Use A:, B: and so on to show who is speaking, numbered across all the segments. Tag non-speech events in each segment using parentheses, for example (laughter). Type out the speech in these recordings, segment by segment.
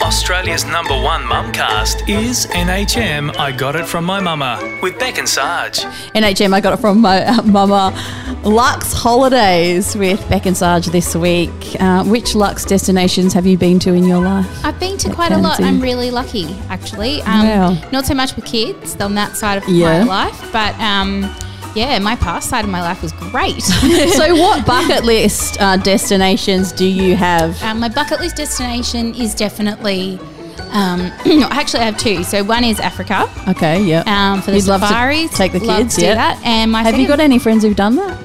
A: Australia's number one mumcast is NHM I Got It From My Mama with Beck and Sarge.
B: NHM, I got it from my uh, mama. Lux Holidays with Beck and Sarge this week. Uh, which Lux destinations have you been to in your (laughs) life?
C: I've been to
B: That
C: quite a
B: can
C: lot.
B: do.
C: I'm really lucky, actually. Um,
B: Wow.
C: Not so much with kids on that side of
B: Yeah.
C: my life, but um, yeah, my past side of my life
B: (laughs)
C: was great.
B: so, what bucket list uh, destinations do you have?
C: um, my bucket list destination is definitely. Um, (clears throat) actually, I have two. So one is Africa
B: Okay, yeah.
C: um, for the
B: You'd love to
C: safaris.
B: take the
C: Love
B: kids,
C: to do
B: yeah.
C: that. And my
B: have you got
C: second-
B: any friends who've done that?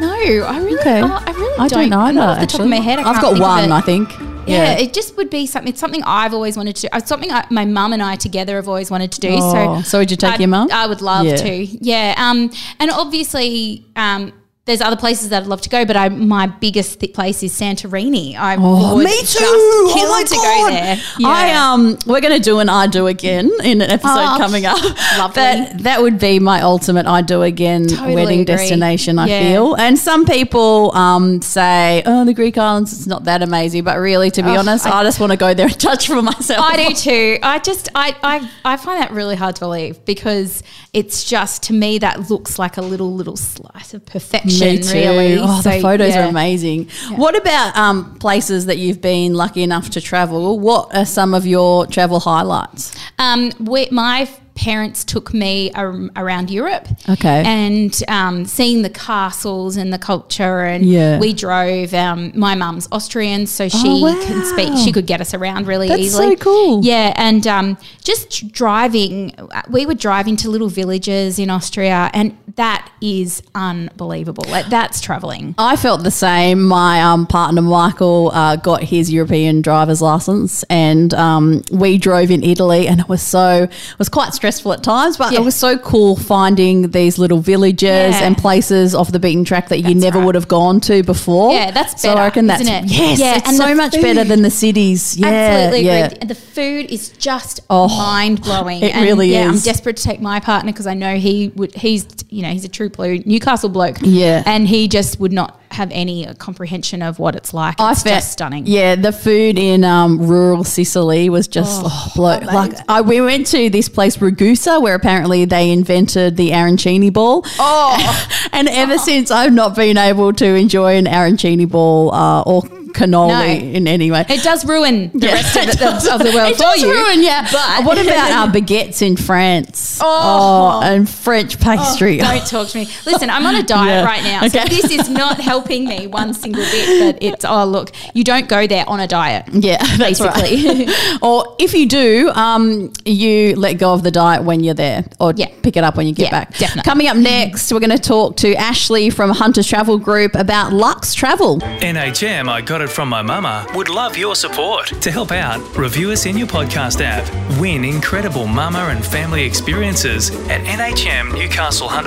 C: No, I really,
B: Okay.
C: oh, I really
B: I don't,
C: don't.
B: either.
C: not off the
B: actually.
C: top of my head, I
B: have
C: can't
B: got
C: think of
B: one,
C: it.
B: I think.
C: Yeah, it just would be something. It's something I've always wanted to do. It's something I, my mum and I together have always wanted to do.
B: Oh,
C: so,
B: so would you take
C: I'd-
B: your mum?
C: I would love
B: Yeah.
C: to. Yeah. Um, and obviously, um, there's other places that I'd love to go, but I my biggest th- place is Santorini. I
B: Oh,
C: would
B: me
C: just
B: too!
C: kill
B: Oh my
C: to
B: God!
C: go there.
B: I um, we're going to do an I do again in an episode
C: Oh,
B: coming up.
C: lovely.
B: That that would be my ultimate I do again
C: Totally
B: wedding
C: agree.
B: destination. I
C: Yeah.
B: feel, and some people um say, oh, the Greek islands, it's not that amazing, but really, to be
C: Oh,
B: honest, I,
C: I-
B: just want to go there and touch for myself.
C: I do too. I just I, I I find that really hard to believe because it's just to me that looks like a little little slice of perfection.
B: (laughs) Me too.
C: Really.
B: Oh, the
C: So,
B: photos
C: yeah.
B: are amazing. What about um, places that you've been lucky enough to travel? What are some of your travel highlights?
C: Um, we, my f- parents took me ar- around Europe.
B: Okay.
C: And um, seeing the castles and the culture, and
B: Yeah. Oh,
C: we drove. Um, my mum's Austrian, so she can
B: wow.
C: speak. She could get us around really
B: That's
C: easily.
B: so cool.
C: Yeah, and um, just driving. uh, We were driving to little villages in Austria, and that is unbelievable. Like that's traveling.
B: I felt the same. My um, partner Michael uh, got his European driver's license, and um, we drove in Italy, and it was so it was quite stressful at times, but
C: Yeah.
B: it was so cool finding these little villages
C: Yeah.
B: and places off the beaten track that you
C: That's
B: never
C: right.
B: would have gone to before.
C: Yeah, that's
B: so I
C: better,
B: reckon that's
C: isn't it?
B: yes,
C: Yeah,
B: it's
C: and
B: so
C: the
B: much better
C: food.
B: than the cities. Yeah,
C: Absolutely
B: yeah. Oh,
C: agree. The food is just mind
B: (laughs)
C: blowing.
B: it really
C: yeah,
B: is.
C: I'm desperate to take my partner because I know he would. He's you know he's a true blue Newcastle bloke.
B: Yeah.
C: and he just would not have any uh, comprehension of what it's like. It's
B: fe-
C: just stunning.
B: Yeah, the food in um, rural Sicily was just oh, blow. Like I, we went to this place Ragusa, where apparently they invented the arancini ball. Oh, (laughs) and ever since I've not been able to enjoy an arancini ball uh, or cannoli
C: No.
B: in any way.
C: It
B: (laughs)
C: does ruin the
B: Yeah.
C: rest of, the, of the world
B: It
C: for
B: does
C: you.
B: ruin, yeah.
C: But
B: what about
C: (laughs)
B: our baguettes in France?
C: Oh.
B: and French pastry.
C: Don't talk to me. Listen, I'm on a diet
B: Yeah.
C: right now, so
B: Okay.
C: this is not helping me one single bit. But it's oh look, you don't go there on a diet.
B: (laughs) Yeah, that's
C: Basically. (laughs)
B: right. (laughs) or if you do, um, you let go of the diet when you're there, or
C: Yeah.
B: pick it up when you get
C: Yeah,
B: back.
C: definitely.
B: Coming up next, we're going to talk to Ashley from Hunter's Travel Group about Lux Travel.
A: NHM I Got It From My Mama would love your support. To help out, review us in your podcast app. Win incredible mama and family experiences at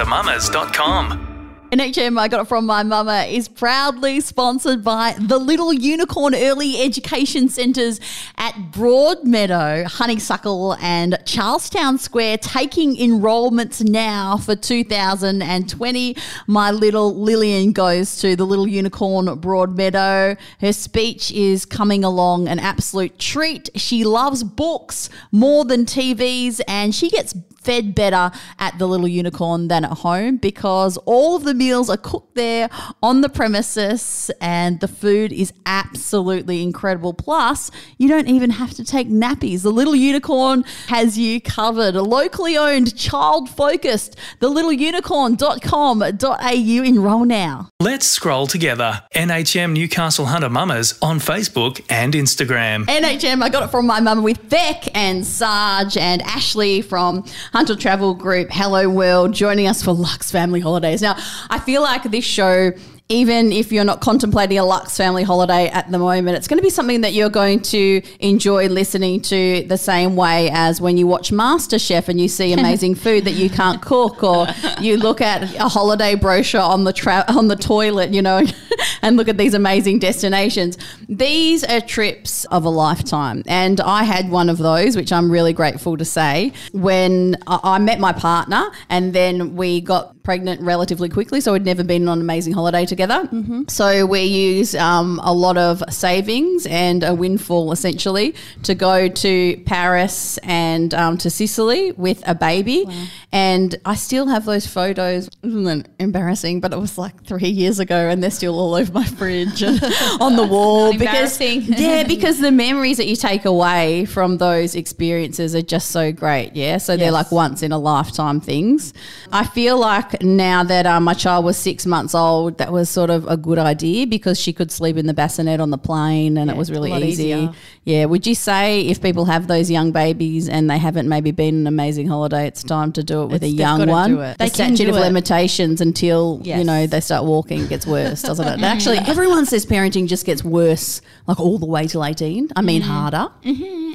A: NHMNewcastleHunterMamas.com.
B: NHM I got it from my mama is proudly sponsored by the Little Unicorn Early Education Centres at Broadmeadow, Honeysuckle and Charlestown Square taking enrolments now for 2020. My little Lillian goes to the Little Unicorn Broadmeadow. Her speech is coming along an absolute treat. She loves books more than TVs and she gets fed better at the Little Unicorn than at home because all of the meals are cooked there on the premises and the food is absolutely incredible. Plus, you don't even have to take nappies. The Little Unicorn has you covered. A locally owned, child focused, thelittleunicorn.com.au. Enroll now.
A: Let's scroll together. NHM Newcastle Hunter Mamas on Facebook and Instagram.
B: NHM, I got it from my mum with Beck and Sarge and Ashley from Hunter Travel Group, Hello World, joining us for Lux Family Holidays. Now, I feel like this show, even if you're not contemplating a Lux Family Holiday at the moment, it's going to be something that you're going to enjoy listening to the same way as when you watch MasterChef and you see amazing food that you can't cook, or you look at a holiday brochure on the tra- on the toilet, you know, (laughs) and look at these amazing destinations. These are trips of a lifetime. And I had one of those, which I'm really grateful to say, when I, I met my partner and then we got pregnant relatively quickly. So we'd never been on an amazing holiday together. So we used um, a lot of savings and a windfall essentially to go to Paris and um, to Sicily with a baby. And I still have those photos. Isn't it embarrassing? But it was like three years ago and they're still all over my fridge and on the wall. Because,
C: embarrassing.
B: yeah, because the memories that you take away from those experiences are just so great. Yeah. So they're
C: Yes.
B: like once in a lifetime things. I feel like now that uh, my child was six months old, that was sort of a good idea because she could sleep in the bassinet on the plane and it was
C: it's a
B: really
C: lot
B: easy.
C: easier.
B: Yeah. Would you say if people have those young babies and they haven't maybe been an amazing holiday, it's time to do it with a
D: It's- they've
B: young
D: gotta
B: one?
D: do it.
B: The
D: They can
B: statute
D: do
B: of
D: it.
B: limitations until, you
D: Yes.
B: know, they start walking, it gets worse, doesn't
C: (laughs)
B: it? And actually, everyone says parenting just gets worse, like all the way till 18. I mean, harder.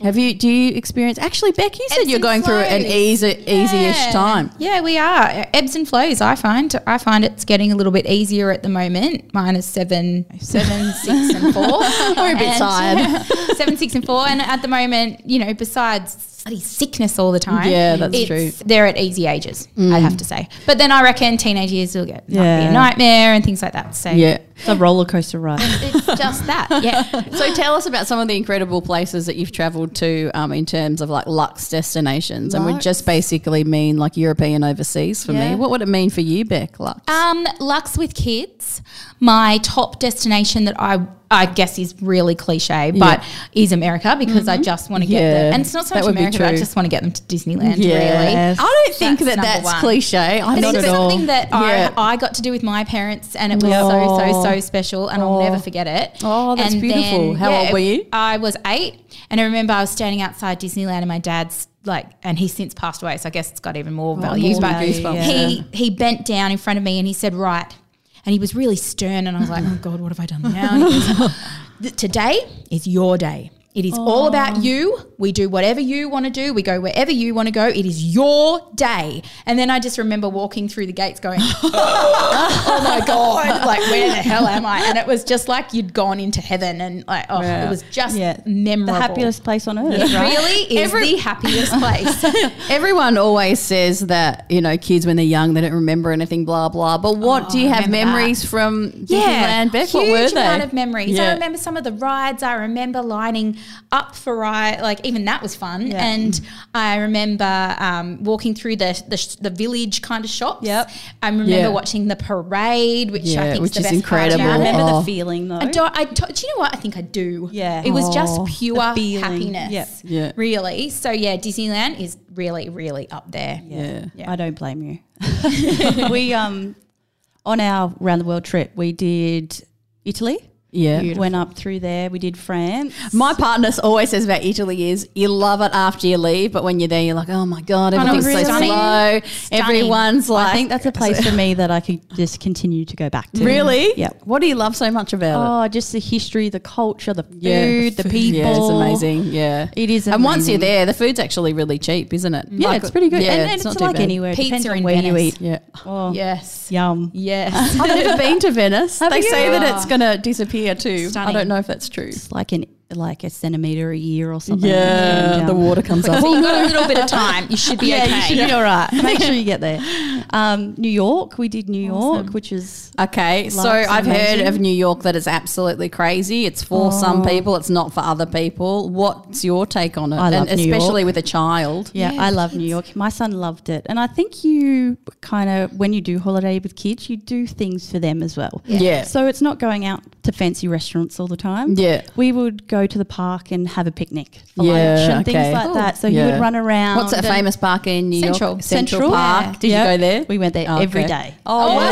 B: Have you, do you experience, actually, Beck, you said
C: Ebbs
B: you're
C: Mm-hmm. and
B: going through an
C: flows.
B: easy, easy-ish
C: Yeah.
B: time.
C: Yeah, we are ebbs and flows. I find I find it's getting a little bit easier at the moment. Mine is seven,
B: (laughs)
C: seven, six, and four.
B: We're a bit
C: And-
B: tired.
C: (laughs) seven, six, and four. And at the moment, you know, besides bloody sickness all the time,
B: Yeah, that's
C: it's-
B: true. Mm.
C: They're at easy ages, I have to say. But then I reckon teenage years will get might be
D: Yeah.
C: a nightmare and things like that. So
B: Yeah.
D: It's a roller coaster
C: (laughs)
D: ride.
C: it's just that.
B: (laughs)
C: Yeah.
B: So tell us about some of the incredible places that you've travelled to um, in terms of like luxe destinations, and would just basically mean like European overseas for
D: Yeah.
B: me. What would it mean for you, Beck? Lux?
C: Um, Lux with kids. My top destination that I I guess is really cliche, but is America because I just want to get
B: Mm-hmm. Yeah,
C: them. And it's not so
B: that
C: much
B: would be
C: America, but I
B: true.
C: just want to get them to Disneyland. Really.
D: Yes.
B: I don't think
C: That's
B: that
C: number
B: that's
C: one.
B: cliche. I
C: And
B: think
C: it's
B: it's-
C: something that
B: Yeah.
C: I, I got to do with my parents, and it was
D: Yeah.
C: so so so special, and I'll never forget it.
B: Oh, that's
C: And
B: beautiful. How old
C: it-
B: were you?
C: I was eight, and I remember I was standing outside Disneyland, and my dad's like, and he's since passed away, so I guess it's got even more value.
B: more
C: but
B: Oh, goosebumps.
C: he he bent down in front of me, and he said, "Right," and he was really stern, and I was like, "Oh God, what have I done now?" And he goes, "Th- Today is your day. It is all about you. We do whatever you want to do. We go wherever you want to go. It is your day. And then I just remember walking through the gates going, (laughs) oh my god like where the hell am i and it was just like you'd gone into heaven and like oh it was just
D: Yeah.
C: memorable
D: The happiest place on earth,
C: it
D: right?
C: really is
B: Every-
C: the happiest
D: (laughs)
C: place
B: Everyone always says that you know kids when they're young they don't remember anything, blah blah. But what do you have
C: Oh, remember that.
B: memories from Disneyland, Beck?
C: Huge
B: What were they?
C: amount of memories. I
B: Yeah.
C: remember some of the rides. I remember lining up for ride, like even that was fun. And I remember um, walking through the, the sh- the village kind of shops.
D: Yep.
C: I remember
B: Yeah.
C: watching the parade, which
B: Yeah,
C: I think
B: which
C: the
B: is
C: best
B: incredible.
C: Part
D: I
C: about it.
D: remember
B: Oh.
D: the feeling though.
C: I don't. I to- do you know what? I think I do.
D: Yeah.
C: It was just
B: Oh.
C: pure
D: The feeling.
C: happiness.
D: Yep.
B: Yeah.
C: Really. So yeah, Disneyland is really, really up there.
B: Yeah.
C: Yeah.
D: I don't blame you. (laughs) we um on our round the world trip, we did Italy.
B: Yeah.
D: Went up through there. We did France.
B: My partner always says about Italy is you love it after you leave, but when you're there, you're like, oh my god,
C: no,
B: everything's so
C: really?
B: slow.
C: Stunning.
B: Everyone's like,
D: I think that's a place for me that I could just continue to go back to.
B: really,
D: Yeah.
B: What do you love so much about it?
D: Oh, just the history, the culture, the food,
B: Yeah,
D: the,
B: food.
D: people.
B: Yeah, it's amazing. Yeah,
D: It is
B: And once you're
D: amazing.
B: there, the food's actually really cheap, isn't it?
D: Yeah, it's pretty good.
B: Yeah,
D: and, and it's,
B: not too
D: like
B: bad.
D: anywhere. it
C: Pizza
D: depends on
C: in
D: where you
C: Venice.
D: eat.
B: Yeah.
D: Oh,
C: Yes.
D: Yum.
C: Yes.
B: (laughs) I've never been to Venice. they
D: you?
B: say that it's going to disappear too. I
C: Stunning.
B: don't know if that's true.
D: It's like an like a centimeter a year or something.
B: Yeah,
D: And,
B: the
D: um,
B: water (laughs) comes up.
C: So you've got a little bit of time. You should be
D: yeah,
C: okay.
D: you should be all right. (laughs) Make sure you
B: (laughs)
D: get there. Um, New York, we did New York, which is
B: Okay, so
D: Life's
B: I've heard
D: amazing.
B: of New York that it's absolutely crazy. It's for some people, it's not for other people. What's your take on it?
D: I love
B: and
D: New
B: especially with a child.
D: yeah, I love New York. My son loved it, and I think you kind of when you do holiday with kids, you do things for them as well.
B: Yeah. Yeah.
D: So it's not going out to fancy restaurants all the time.
B: Yeah.
D: We would go to the park and have a picnic for
B: Yeah,
D: lunch and
B: okay.
D: things like
B: Cool.
D: that. So
B: Yeah.
D: you would run around.
B: What's that
D: and-
B: famous park in New
C: Central.
B: York? Um, Central,
D: Central.
B: Park.
C: Yeah.
B: Did
D: Yep.
B: you go there?
D: We went there
B: Oh,
D: every
B: okay.
D: day.
B: Oh,
C: Yeah.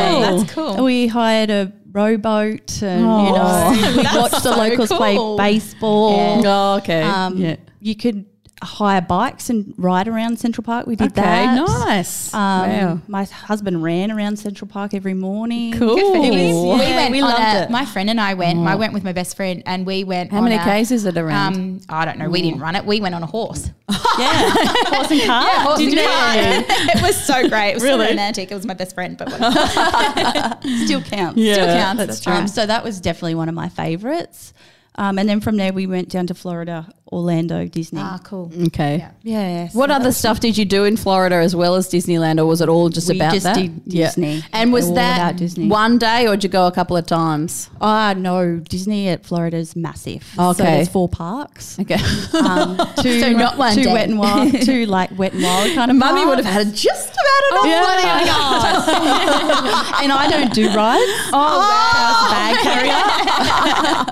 B: every day.
C: Wow. That's cool.
D: We hired a rowboat and you
B: Oh.
D: (laughs) know we watched the locals
C: cool.
D: play baseball.
B: Oh, okay.
D: Um,
B: yeah.
D: You could hire bikes and ride around Central Park. We did
B: Okay,
D: that.
B: nice.
D: Um,
B: Wow.
D: My husband ran around Central Park every morning.
B: Cool. Good for him.
D: It was-
C: we
D: yeah,
C: went
D: we
C: on
D: loved
C: a- Mm.
D: it.
C: My friend and I went. I went with my best friend, and we went.
B: How
C: on
B: many
C: a-
B: Ks is it around?
C: Um, I don't know. We didn't run it. We went on a horse.
D: yeah, horse and car.
C: (laughs) Yeah, horse and
D: Did you?
C: cart. (laughs) it was so great. It was
D: Really?
C: so romantic. It was my best friend, but (laughs) whatever.
D: Still counts.
B: Yeah, Still
C: counts, that's
D: That's true.
C: right.
D: Um, so that was definitely one of my favorites. Um, and then from there we went down to Florida, Orlando, Disney.
C: ah, (laughs) cool.
B: Okay.
C: Yeah.
D: yeah. so
B: What other stuff did you do in Florida as well as Disneyland, or was it all just
D: We
B: about
D: just
B: that?
D: did Disney.
B: And was
D: All
B: that
D: about Disney.
B: one day, or did you go a couple of times?
D: Ah, no, Disney at Florida is massive.
B: Okay.
D: So there's four (laughs) parks.
B: Okay.
D: Um, Oh, two,
C: So not one
D: two
C: day.
D: wet and wild, two like wet and wild kind
B: (laughs) (laughs)
D: of.
B: Mummy would have
D: parks.
B: had just
D: (laughs)
B: about enough
D: Yeah.
B: money. (laughs)
D: and I don't do rides. Oh, bag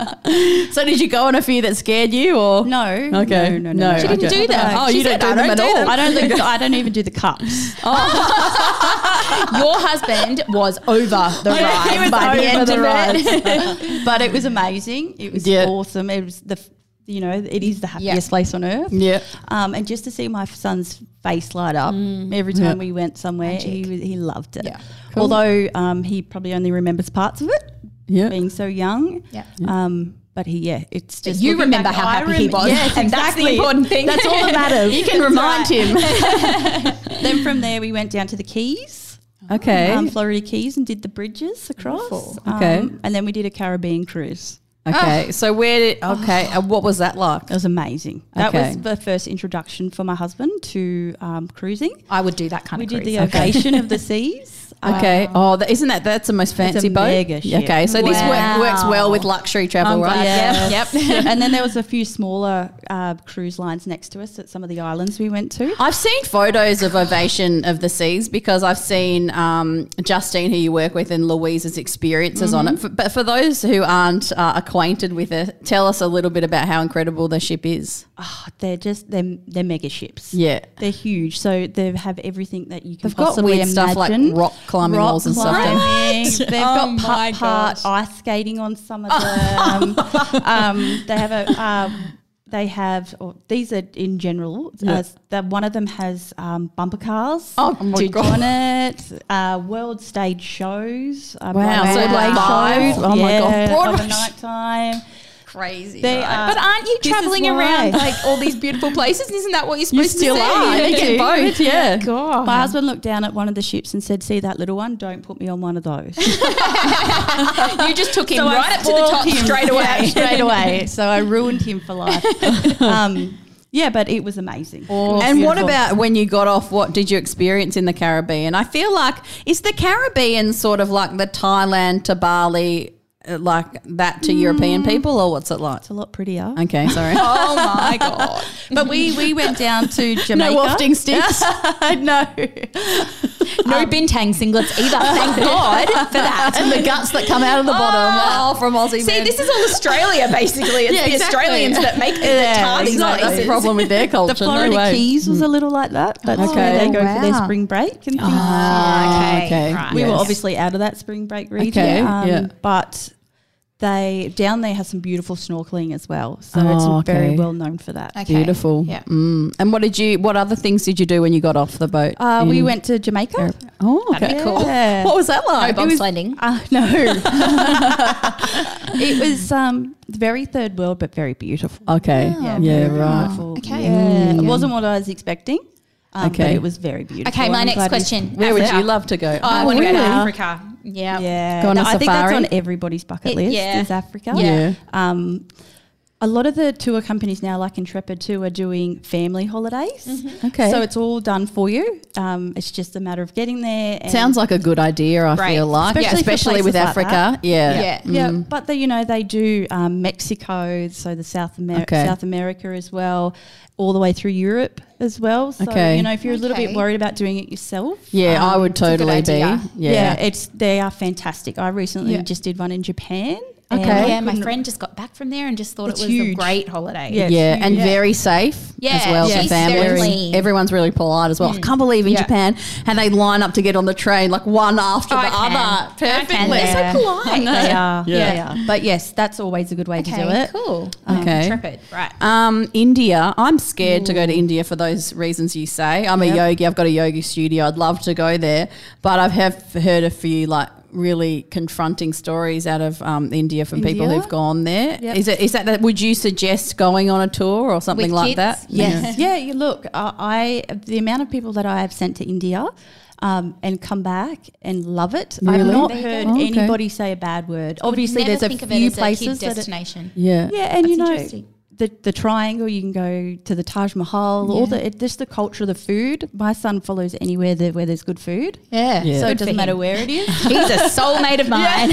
B: (laughs)
D: carrier.
B: So did you go on a few that scared you, or
D: No,
B: Okay.
D: no, no, no.
B: No, She didn't okay. do them.
D: No.
B: Oh, you don't do them at all.
D: I don't
B: (laughs)
D: think I don't even do the cups.
C: Your (laughs) husband was over (laughs) the ride
D: He was
C: by the
D: over
C: end
D: the
C: of it.
D: rides. but it was amazing. It was
B: Yeah.
D: awesome. It was the f- you know it is the
C: Yeah.
D: happiest place on earth.
B: Yeah.
D: Um, and just to see my son's face light up
B: Mm.
D: every time we went somewhere, he was, he loved it.
C: Yeah.
D: Although um, he probably only remembers parts of it,
B: Yeah.
D: being so
B: (laughs)
D: young.
C: Yeah.
D: Um, but he, yeah, it's just
C: you
D: looking
C: remember
D: back,
C: how
D: I
C: happy he was,
D: (laughs)
C: (laughs)
D: Yes,
C: and that's the
D: exactly.
C: important thing.
B: That's
C: (laughs)
B: all that matters. You can remind him.
D: (laughs) Then from there, we went down to the Keys,
B: Okay.
D: um, Florida Keys, and did the bridges across.
B: Okay.
D: Um, and then we did a Caribbean cruise.
B: okay. ah. So where did? Okay. And what was that like?
D: It was amazing. That
B: Okay.
D: was the first introduction for my husband to um, cruising.
C: I would do that kind
D: We
C: of
D: did
C: cruise.
D: the ovation
B: (laughs)
D: of the seas.
B: Okay. oh, that, isn't that that's the most
D: It's a
B: fancy boat?
D: mega ship.
B: Okay. So this
C: Wow.
B: work, works well with luxury travel,
C: I'm
B: right?
C: glad.
D: Yeah.
C: Yep.
B: (laughs)
D: and then there was a few smaller uh, cruise lines next to us at some of the islands we went
B: (gasps)
D: to.
B: I've seen photos of Ovation of the Seas because I've seen um, Justine, who you work with, and Louise's experiences on it. For, but for those who aren't uh, acquainted with it, tell us a little bit about how incredible the ship is.
D: Oh, they're just they're they're mega ships.
B: Yeah.
D: They're huge, so they have everything that you can
B: They've got
D: possibly
B: weird stuff like
D: imagine.
B: rock climbing walls and stuff, don't
D: climbing.
B: (laughs)
D: They've
C: Oh
D: got
C: my
D: putt putt,
C: gosh.
D: ice skating on some of them. um, they have a. Um, they have, or these are in general. Uh, the, one of them has um, bumper cars.
B: Oh, oh my
D: to
B: God.
D: join it. Uh, world stage shows. Uh,
B: Wow, so
D: Broadway
B: like live?
D: shows,
B: Oh my God,
D: yeah,
B: Broadway
D: Of a
B: sh-
D: night time.
B: Crazy.
D: They are,
C: But aren't you
D: This is
C: traveling
D: why.
C: around (laughs) like all these beautiful places? Isn't that what you're supposed
B: still
C: to do?
B: are. You get both, yeah.
C: God.
D: My husband looked down at one of the ships and said, "See that little one? Don't put me on one of those."
C: You just took him
D: So I
C: right up to the top
D: spoiled him.
C: straight away.
D: Yeah, straight (laughs) away. So I ruined him for life. (laughs) um, yeah, but it was amazing.
B: and what
D: Beautiful.
B: about when you got off? What did you experience in the Caribbean? I feel like is the Caribbean sort of like the Thailand to Bali, uh, like that to European people, or what's it like?
D: It's a lot prettier.
B: Okay, sorry.
C: (laughs) Oh (laughs) my god.
D: But we we went down (laughs) to Jamaica.
B: no wafting sticks.
D: no.
C: No bintang singlets either. (laughs) Thank God for that. (laughs)
B: and the guts that come out of the bottom.
C: Oh.
B: Oh, from Aussie.
C: See,
B: men.
C: this is all Australia basically. (laughs) It's
B: Yeah,
C: the
B: exactly.
C: Australians that make the
B: Yeah,
C: tardy
B: exactly. That's (laughs) the
C: noises.
B: problem with their
D: The
B: culture.
D: Florida
B: no way.
D: Keys was a little like that. That's where
B: Okay.
D: they go for their
C: Wow.
D: Hmm. spring break and things.
B: Ah,
C: Okay,
B: okay.
C: right.
D: We were
B: Yes.
D: obviously out of that spring break region,
B: Okay,
D: um,
B: yeah.
D: but they down there has some beautiful snorkeling as well. So
B: Oh,
D: it's very
B: okay.
D: well known for that.
C: Okay.
B: beautiful.
C: Yeah.
B: Mm. And what did you? What other things did you do when you got off the boat?
D: Uh, we
B: in-
D: went to Jamaica.
B: Oh, okay,
D: That'd be
B: cool.
D: cool. Yeah.
B: What was that like?
C: No
B: It was-
C: bobsledding.
D: (laughs) Uh, no. it was um, very third world, but very beautiful.
B: Okay. Oh, Yeah. right.
D: Beautiful.
C: Okay.
D: Yeah. It wasn't what I was expecting, um, but
B: Okay.
D: it was very beautiful.
C: Okay, my
D: I'm
C: next
D: glad we-
C: question.
B: Where would
C: Africa.
B: you love to go?
C: Oh, I want to go to
D: Really?
C: Africa. Yeah.
D: Yeah.
B: Go on a
D: No, I think that's
B: safari?
D: on everybody's bucket
C: It-
D: list
C: yeah.
D: is Africa.
B: Yeah.
D: Um, a lot of the tour companies now, like Intrepid too, are doing family holidays.
B: Mm-hmm. Okay.
D: So it's all done for you. Um, it's just a matter of getting there. And
B: Sounds like a good idea. I
C: Right.
B: feel like,
D: Especially
B: especially,
D: for places
B: with
D: like
B: Africa.
D: that.
B: yeah.
C: Yeah.
D: Yeah,
B: Mm.
D: but the, you know they do um, Mexico, so the South America,
B: Okay.
D: South America as well, all the way through Europe as well. So
B: Okay.
D: you know if you're a little
C: Okay.
D: bit worried about doing it yourself,
B: Yeah, I
D: um,
B: would
C: a good
B: totally be. Yeah.
C: idea.
D: yeah, it's they are fantastic. I recently
B: Yeah.
D: just did one in Japan.
B: Okay.
D: and I
C: Yeah, my
D: couldn't-
C: friend just got back from there and just thought
D: It's
C: it was
D: huge.
C: a great holiday.
D: Yeah.
B: yeah,
D: it's
B: and
D: huge.
B: very safe as
C: Yeah,
B: well
C: yeah.
B: for
C: She's very
B: families.
C: clean.
B: Everyone's really polite as well. I can't believe in
C: Yeah.
B: Japan how they line up to get on the train like one after
C: I
B: the
C: can.
B: other.
C: I can,
B: Perfectly. They're
C: yeah.
B: so polite.
D: They are,
B: (laughs) Yeah.
D: they are. But yes, that's always a good way to do
C: Okay,
D: it.
C: cool.
D: Um,
B: Okay.
C: Intrepid, right.
B: Um, India. I'm scared to go to India for those reasons you say. I'm a yogi. I've got a yoga studio. I'd love to go there, but I've have heard a few like really confronting stories out of um, India from people
D: India?
B: who've gone there. Is it is that that? Would you suggest going on a tour or something
C: With
B: like
C: kids?
B: that?
D: Yes. yeah. You look, I, I the amount of people that I have sent to India um, and come back and love it. I've
B: Really?
D: not
B: There
C: you go.
D: heard
B: Oh, okay.
D: anybody say a bad word. Obviously,
C: Never
D: there's a
C: think of it
D: few
C: as
D: places
C: a kid
D: that. It,
C: destination.
B: Yeah.
D: yeah, and you
C: That's
D: know.
C: interesting.
D: The, the triangle you can go to the Taj Mahal all the it, just the culture the food my son follows anywhere that, where there's good food
C: Yeah.
B: Yeah.
D: so
C: Good
D: it
C: for
D: doesn't matter
C: him.
D: where
C: (laughs)
D: it is
C: He's a soulmate of mine.
D: (laughs)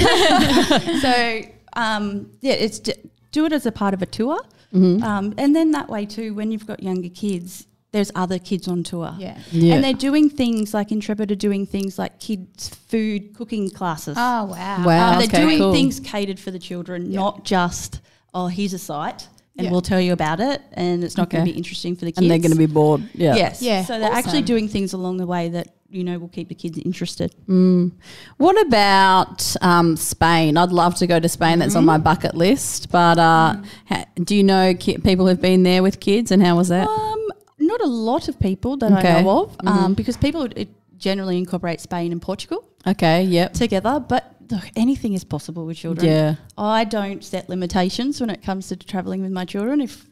D: so um, yeah, it's d- do it as a part of a tour,
C: Mm-hmm.
D: um, and then that way too, when you've got younger kids. There's other kids on tour,
C: (laughs) Yeah.
B: Yeah.
D: and they're doing things like Intrepid are doing things like kids' food cooking classes.
C: Oh wow.
B: Wow.
D: Um,
B: Uh,
D: they're
B: okay,
D: doing
B: cool.
D: things catered for the children, not just oh here's a site and
C: Yeah.
D: we'll tell you about it, and it's not going
B: Okay.
D: to be interesting for the kids.
B: and they're going to be bored. Yeah.
D: yes,
C: Yeah,
D: So they're actually
C: awesome.
D: doing things along the way that you know will keep the kids interested.
B: Mm. What about um, Spain? I'd love to go to Spain. That's on
D: Mm-hmm.
B: my bucket list. But uh,
D: Mm.
B: ha- do you know ki- people who've been there with kids, and how was that?
D: Um, not a lot of people that
B: Okay. Mm-hmm.
D: I know of, um, because people would- it generally incorporate Spain and Portugal
B: Okay. Yep.
D: together. But look, anything is possible with children.
B: Yeah.
D: I don't set limitations when it comes to traveling with my children. If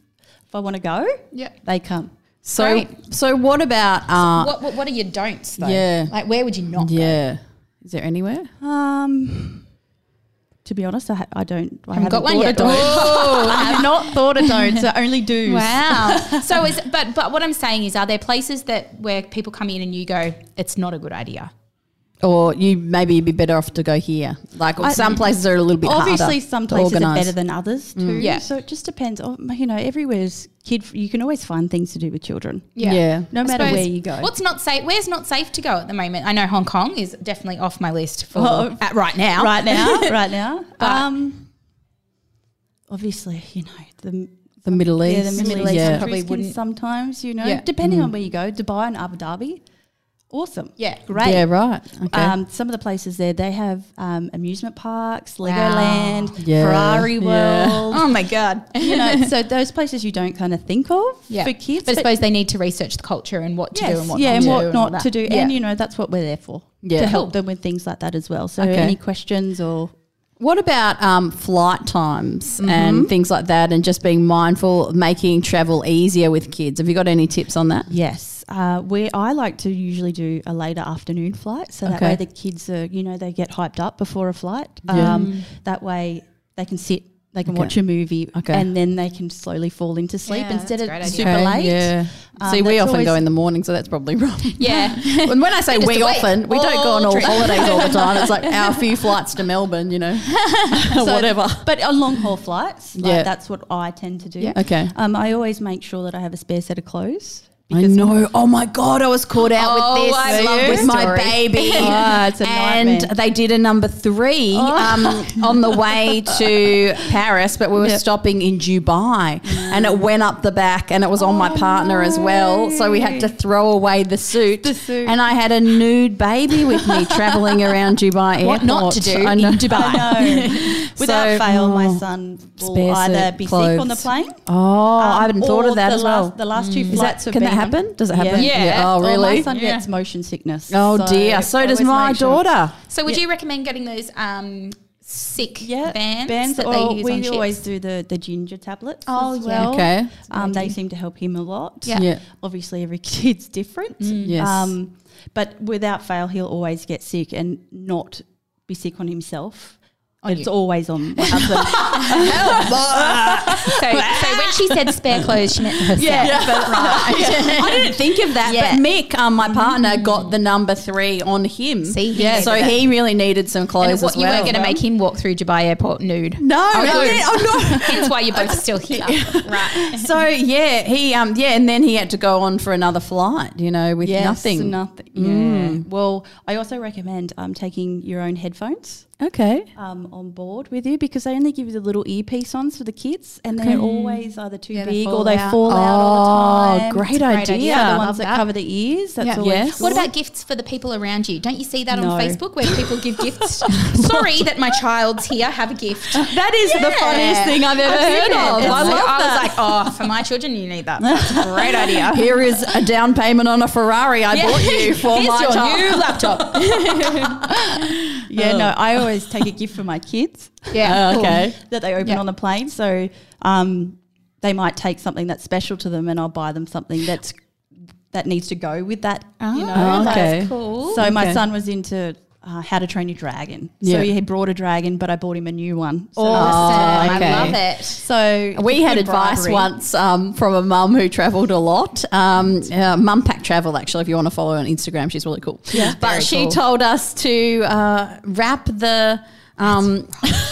D: if I want to go,
C: Yeah.
D: they come.
B: So
C: Great.
B: so what about uh,
C: What, what what are your don'ts though?
B: Yeah.
C: Like where would you not? go?
B: yeah? Is there anywhere?
D: Um, to be honest, I, ha- I don't. I haven't
C: got one
D: thought
C: yet. (laughs)
D: of don'ts. I (laughs) have not thought of (laughs) don'ts. I only do's.
C: Wow. so is but but what I'm saying is, are there places that where people come in and you go, it's not a good idea?
B: Or you maybe you'd be better off to go here. Like some places are a little bit
D: Obviously,
B: harder
D: some
B: to
D: places are
B: organise.
D: better than others too.
C: Mm. Yeah.
D: So it just depends. Oh, You know, everywhere's kid. You can always find things to do with children.
B: yeah.
D: No
C: I
D: matter
C: suppose-
D: where you go.
C: What's not safe? Where's not safe to go at the moment? I know Hong Kong is definitely off my list for
D: Oh.
C: at right now.
D: right
C: (laughs)
D: now, right now.
C: But-
D: um, obviously, you know the
B: The Middle East.
D: yeah, the Middle East
B: Yeah.
D: countries
C: Probably
D: can
C: wouldn't-
D: sometimes, you know,
C: Yeah. Mm.
D: depending on where you go, Dubai and Abu Dhabi, awesome,
C: Yeah.
D: great.
B: Yeah, right. Okay.
D: Um, some of the places there, they have um, amusement parks, Legoland,
B: Yeah.
D: Ferrari
B: Yeah.
D: World.
C: (laughs) Oh my god.
D: You know, so those places you don't kind of think of for kids.
C: But, I suppose they need to research the culture and what to
D: yes,
C: do and what
D: yeah,
C: not
D: and
C: to
D: what
C: do.
D: not to do,
C: Yeah.
D: and you know that's what we're there for
B: Yeah.
D: to help
B: Cool.
D: them with things like that as well. So,
B: Okay.
D: any questions or
B: What about um, flight times
D: Mm-hmm.
B: and things like that, and just being mindful, of making travel easier with kids? Have you got any tips on that?
D: Yes, uh, we. I like to usually do a later afternoon flight, so that
B: Okay.
D: way the kids are, you know, they get hyped up before a flight.
B: Yeah. Mm.
D: Um, That way they can sit, they can
B: Okay.
D: watch a movie,
B: Okay.
D: and then they can slowly fall into sleep
C: Yeah,
D: instead
C: that's a
D: of
C: great idea.
D: super late.
B: Yeah.
D: Um,
B: See, we
D: that's
B: often go
D: always-
B: in the morning, so that's probably
D: (laughs)
B: wrong.
C: Yeah. (laughs)
B: (laughs) And when I say
C: Just
B: we
C: awake
B: often, we don't go
C: all
B: on all
C: trip.
B: holidays all the time. It's
D: (laughs)
B: like our few flights to Melbourne, you know, (laughs) whatever.
D: But on long haul flights, like,
B: Yeah.
D: that's what I tend to do.
B: Okay.
D: Um, I always make sure that I have a spare set of clothes.
B: I know. Oh my god, I was caught out
C: Oh,
B: with this.
C: I love
B: with
C: this
B: my
C: story.
D: (laughs)
B: baby.
D: Ah, it's a
B: and
D: nightmare. Oh.
B: they did a number three um, on the way
D: (laughs)
B: to Paris, but we were stopping in Dubai, and it went up the back, and it was on my
D: Oh,
B: partner as well. So we had to throw away the suit,
D: The suit.
B: and I had a nude baby with
D: (laughs)
B: me traveling around Dubai
C: What
B: airport.
C: not to do
B: I
C: in
B: know. (laughs)
D: (laughs)
C: Dubai.
D: No, without
B: So- oh,
D: fail, my son will
B: Spare
D: either
B: set,
D: be sick on the
B: clothes.
D: plane.
B: Oh, I
D: um,
B: hadn't thought
D: or
B: of that
D: the
B: as
D: last,
B: well. Mm.
D: The last two
B: Is
D: flights
B: that can that
D: have been on-
B: happen? Does it happen?
C: Yeah.
B: Oh,
D: Well,
B: really?
D: my son
C: Yeah.
D: gets motion sickness.
B: Oh
D: so
B: dear. So does
D: always
B: my
D: make sure-
B: daughter.
C: (laughs) So would you recommend getting those um, sick
D: Yeah,
C: bands,
D: bands,
C: that
D: or
C: they use
D: we
C: on ships?
D: always do the the ginger tablets.
C: Oh, yeah.
D: as well.
B: Okay.
D: Um, they seem to help him a lot.
C: Yeah. Mm.
B: Yeah.
D: Obviously, every (laughs) kid's different.
B: Yes.
D: Um, but without fail, he'll always get sick and not be sick on himself.
C: Oh,
D: it's
C: (laughs)
D: always on my husband.
C: so, so when she said spare clothes, she meant herself.
B: I didn't think of that,
C: Yeah. Mm-hmm.
B: but Mick, um, my partner, got the number three on him.
C: See, he
B: yeah,
C: needed
B: so
C: it.
B: he really needed some
C: (laughs) And
B: clothes
C: what,
B: as
C: you
B: well.
C: weren't going to make him walk through Dubai Airport nude.
B: no,
C: Oh,
B: I
C: good.
B: didn't- oh, no.
C: Hence why you're both still here. right.
B: So yeah, he um yeah, and then he had to go on for another flight, you know, with
D: Yes,
B: nothing.
D: Nothing. Yeah. Well, I also recommend um, taking your own headphones.
B: Okay.
D: um, on board with you because they only give you the little earpiece ons for the kids, and they're always either too
C: Yeah, they
D: big
C: fall
D: or they
C: out.
D: fall out all
B: Oh,
D: the time.
B: great,
C: idea.
B: idea.
D: Yeah, the
C: Love
D: ones that,
C: that.
D: cover the ears. That's
C: Yeah.
D: always
B: Yes.
C: What
D: cool.
C: about gifts for the people around you? Don't you see that
D: No.
C: on Facebook where people give gifts? Sorry that my child's here. Have a gift.
B: That is
C: Yeah.
B: the funniest thing I've ever
C: I've seen
B: heard
C: it.
B: of.
C: It's
B: I
C: like,
B: love
C: I oh, for my children, you need that. That's a great
B: (laughs)
C: idea.
B: Here is a down payment on a Ferrari I
C: Yeah.
B: bought you for
C: Here's
B: my
C: your
B: child.
C: new laptop.
D: Yeah, no, I always take a gift for my (laughs) kids.
C: Yeah.
B: Oh, okay.
D: that they open
C: Yeah.
D: on the plane. So um, they might take something that's special to them, and I'll buy them something that's that needs to go with that. you know.
B: Oh, okay.
C: That's Uh, cool.
D: So my
B: okay.
D: son was into uh, How to Train Your Dragon.
B: Yeah.
D: So he had brought a dragon, but I bought him a new one. So
C: awesome.
B: okay.
C: I love it.
D: So
B: We had advice
D: bribery.
B: once um, from a mum who travelled a lot. Um, uh, mum Pack Travel, actually, if you want to follow her on Instagram, she's really cool. Yeah, but she told us to uh, wrap the. Um, (laughs)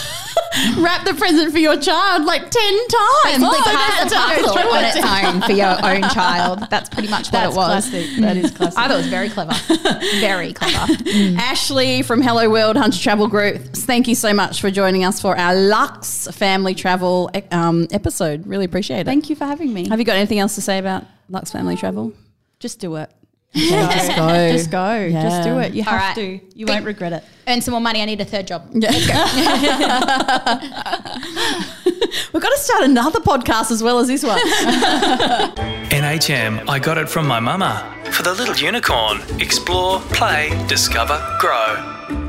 B: Wrap the present for your child like 10 times. Oh,
C: Like,
B: So
C: pass a
B: that goes
C: parcel
B: through
C: on
B: it.
C: its own for your own
B: (laughs)
C: child. That's pretty much what it
D: That's
C: was.
D: classic.
C: (laughs)
D: That is classic.
C: I thought it was very clever. very clever.
B: Mm. Ashley from Hello World Hunter Travel Group, thank you so much for joining us for our Lux family travel um, episode. Really appreciate it.
D: Thank you for having me.
B: Have you got anything else to say about Lux family travel?
D: Just do it.
B: (laughs) Just go.
D: Just go. Just do it. You
C: All
D: have
C: right.
D: to. You won't regret it.
C: Earn some more money. I need a third job.
B: We've got to start another podcast as well as this one.
A: NHM I Got It From My Mama. For the little unicorn, explore, play, discover, grow.